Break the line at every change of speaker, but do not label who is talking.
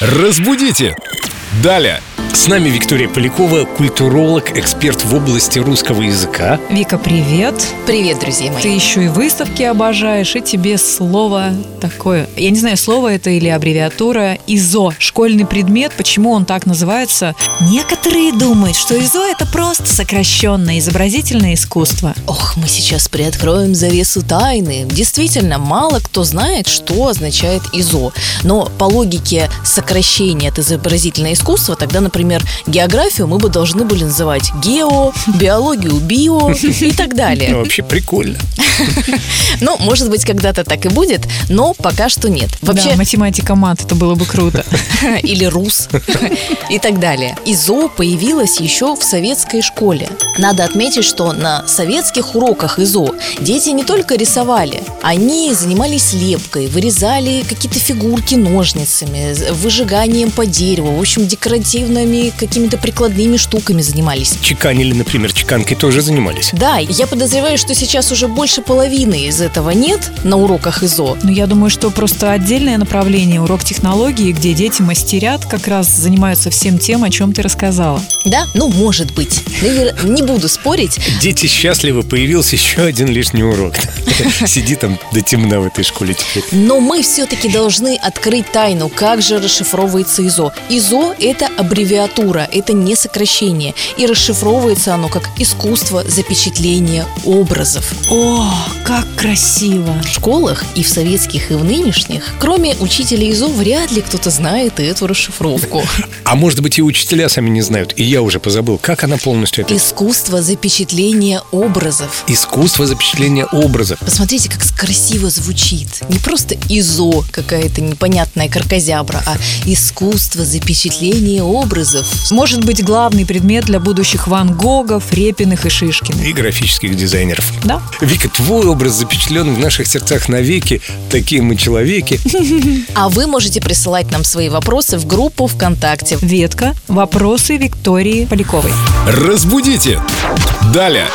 Разбудите! Далее!
С нами Виктория Полякова, культуролог, эксперт в области русского языка.
Вика, привет.
Привет, друзья мои.
Ты еще и выставки обожаешь, и тебе слово такое. Я не знаю, слово это или аббревиатура. ИЗО. Школьный предмет. Почему он так называется? Некоторые думают, что ИЗО это просто сокращенное изобразительное искусство.
Ох, мы сейчас приоткроем завесу тайны. Действительно, мало кто знает, что означает ИЗО. Но по логике сокращения от изобразительного искусства, тогда, например, географию мы бы должны были называть гео, биологию био и так далее.
Ну, вообще прикольно.
Ну, может быть, когда-то так и будет, но пока что нет. Вообще,
Да, математика мат, это было бы круто.
или рус и так далее. ИЗО появилась еще в советской школе. Надо отметить, что на советских уроках ИЗО дети не только рисовали, они занимались лепкой, вырезали какие-то фигурки ножницами, з- выжиганием по дереву, в общем, декоративными какими-то прикладными штуками занимались.
Чеканили, например, чеканкой тоже занимались.
Да, я подозреваю, что сейчас уже больше половины из этого нет на уроках ИЗО.
Но Ну, я думаю, что просто отдельное направление урок технологии, где дети мастерят, как раз занимаются всем тем, о чем ты рассказала.
Да? Ну, может быть. Навер- Не буду спорить,
Дети счастливы, появился еще один лишний урок. Сиди там до темна в этой школе теперь.
Но мы все-таки должны открыть тайну, как же расшифровывается ИЗО. ИЗО – это аббревиатура, это не сокращение. И расшифровывается оно как искусство запечатления образов.
О, как красиво!
В школах и в советских, и в нынешних, кроме учителя ИЗО, вряд ли кто-то знает эту расшифровку.
А может быть и учителя сами не знают. И я уже позабыл, как она полностью это...
Искусство запечатления образов.
Искусство запечатления образов.
Посмотрите, как красиво звучит. Не просто ИЗО, какая-то непонятная карказябра, а искусство запечатления образов.
Может быть, главный предмет для будущих Ван Гогов, Репиных и Шишкиных.
И графических дизайнеров.
Да?
Вика, твой образ запечатлен в наших сердцах навеки. Такие мы человеки.
А вы можете присылать нам свои вопросы в группу ВКонтакте.
Ветка. Вопросы Виктории Поляковой.
Разбудите! Далее!